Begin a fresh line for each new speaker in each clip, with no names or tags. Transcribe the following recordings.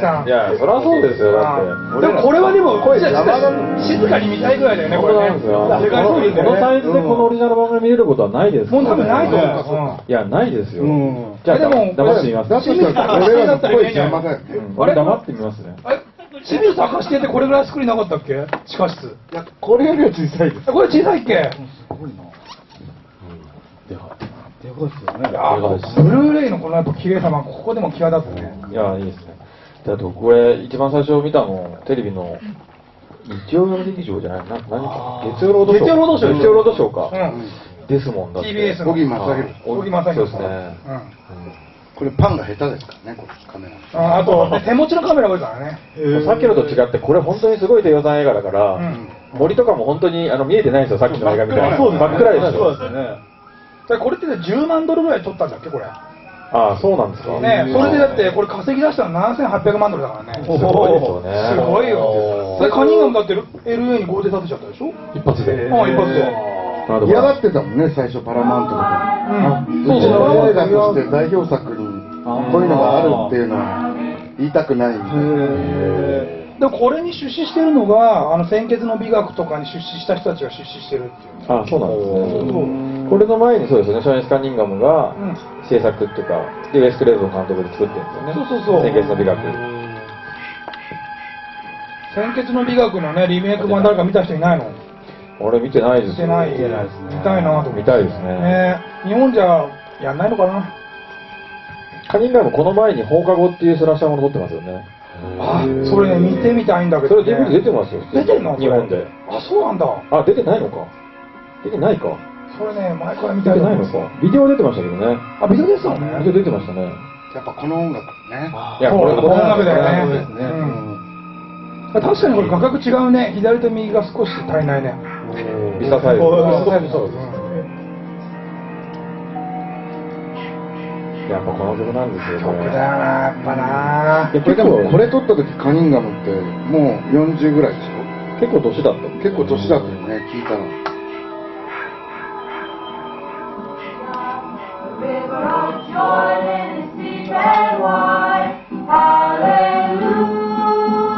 さん
いやそりゃそうですよだって
でもこれはでも
声
じゃあ
邪魔だ
静かに見たいぐらいだよねこ
そう
れ
な
ね
んですよ
世界
そ
そうう
で
ですす
よね
よ
この
ね
サイズでこのオリジナル番組見れることはないです
もう多分ないと思う
そう
うん
いやないですよ、
うん
じゃあ
でも
黙ってみます
だとしたら俺らの声邪魔だよ
う
ね。
ん俺黙ってみますね
え清水明石亭ってこれぐらい作りなかったっけ地下室
いや、これよりは小さいです。
えこれ小さいっけ
すごいな。でかい。でかいですよね。
あブルーレイのこのやっぱ綺麗さはここでも際立つね
いやいいですねだってこれ一番最初見たのテレビの日曜夜劇場じゃないな何月曜ロードショー
月曜ロードショー
月曜ロードショー
う
か、
ん
ですもんだって
TBS の
小木正弘。
お
小木正
そう
弘さ
で
ん
すね、
うん
これパンが下手ですからね、これカメラの。
ああと手持ちのカメラ多いからね
さっきのと違ってこれ本当にすごい低予算映画だから、
うん
森とかも本当にあの見えてないんですよさっきの映画みたいに
そうですね
真っ暗でしょ
すね。
だからこれってね10万ドルぐらい取ったんだっけこれ
ああそうなんですか
ねそれでだってこれ稼ぎ出したの7800万ドルだからね
すごいですよね
すごいよ
おー
それカニンガムだって LA に豪邸建てちゃったでしょ
一発で
ああ一発で
なるほ
嫌
ど
がってたもんね、最初パラマウントとか。
うん
うち
そう
の
そ
映
う
画として代表作にこういうのがあるっていうのは言いたくないみたいな。
でこれに出資してるのがあの先決の美学とかに出資した人たちが出資してるっていうね
ああそうなんです
そう
ねこれの前にそうですよねショーエンス・カンニンガムが
うん
制作っていうかでウェス・クレーブン監督で作ってるんですよね
そうそうそう
先月の美学
先決の美学のねリメイク版誰か見た人いないの
俺見てないです
見て
よ
ない見たいなと思って
見たいですね
ね日本じゃやんないのかな
カンニンガムこの前に放課後っていうスラッシャーもの撮ってますよね
あそれね見てみたいんだけ
そ
ど、
れ
ね、
DVD 出てますよ普通に
出てんのそれ
日本で
あそうなんだ
あ出てないのか出てないか
それね毎回見
出
たい
て
と
な
思うん
いの
ですよ
かビデオ出てましたけどね
あビデオですよね
ビデオ出てましたね
やっぱこの音楽ね。
いや
そう
これ
こ
こ
の
れ
音楽だよ
そう
ね
ですね。
うん確かにこれ画角違うね左と右が少し足りないね
ビササイズ
そうです
やっぱこの曲なんですよ
曲だよなや
これ
っぱな
で
これでも、こ
これ
れ撮った時カニンガムってもう40ぐらいでしょ
結構年だった
結構年だったよね、聞いたら。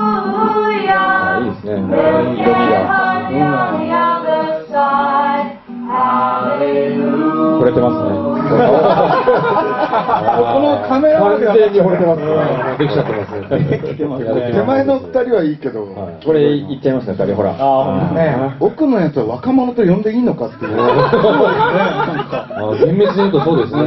あいいですねいい時が惚れてますね
このカメラワークが
完全に惚れてますねできちゃってます
てますね
手前の二人はいいけど、
はいこれいっちゃいますね二人ほら
あ
ね
奥のやつは若者と呼んでいいのかって いう。
あ、厳密に言うとそうですね。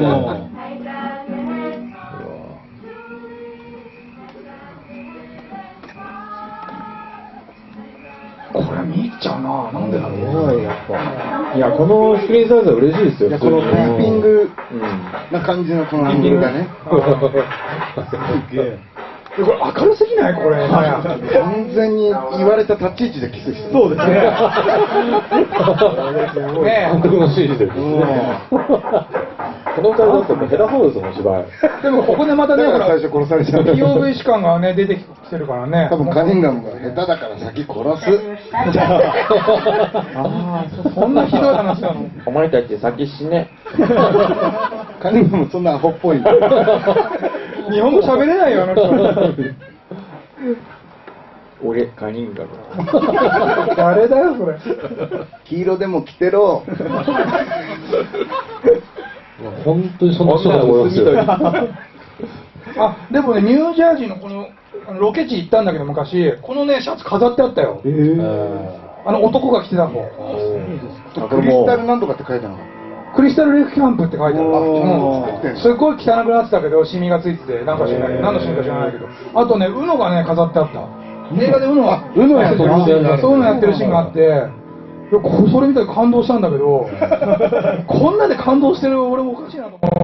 これ見入っちゃうななんでだろう
いやこのスクリーンサイズは嬉しいですよ
いやこのピ
普
ー
通に
ピン
う
グ
ん
な感じのこのピングがね。
えこれ明るすぎないこれ
完全に言われた立ち位置でキスしてる。そうです。
ね
監督の指示でですねこの二人だったらヘラホールズの芝居
でもここでまた
だ
ね
か
ほ
ら
ら
最初殺されちゃう。
POV 士官がね出てきてるからね
多分カニンガムが下手だから先殺す。
そんなひどい話なの
お前たち先死ね
カニンガムそんなアホっぽ い。
日本語喋れないよあの人
俺カニンガム
誰だよそれ
黄色でも着てろ。
本当にその人だと思いますよ。
あでもねニュージャージーのこのあのロケ地行ったんだけど昔このねシャツ飾ってあったよあの男が着てたの
クリスタルなんとかって書いたの。
クリスタルレイクキャンプって書いてある
おー
うんすっごい汚くなってたけどシミがついててなんか知らない何のシミか知らないけどあとねウノがね飾ってあった映画でウノがウノやってるシーンがそういうのやってるシーンがあっていやこそれ見て感動したんだけど こんなで感動してる俺もおかしいなと思って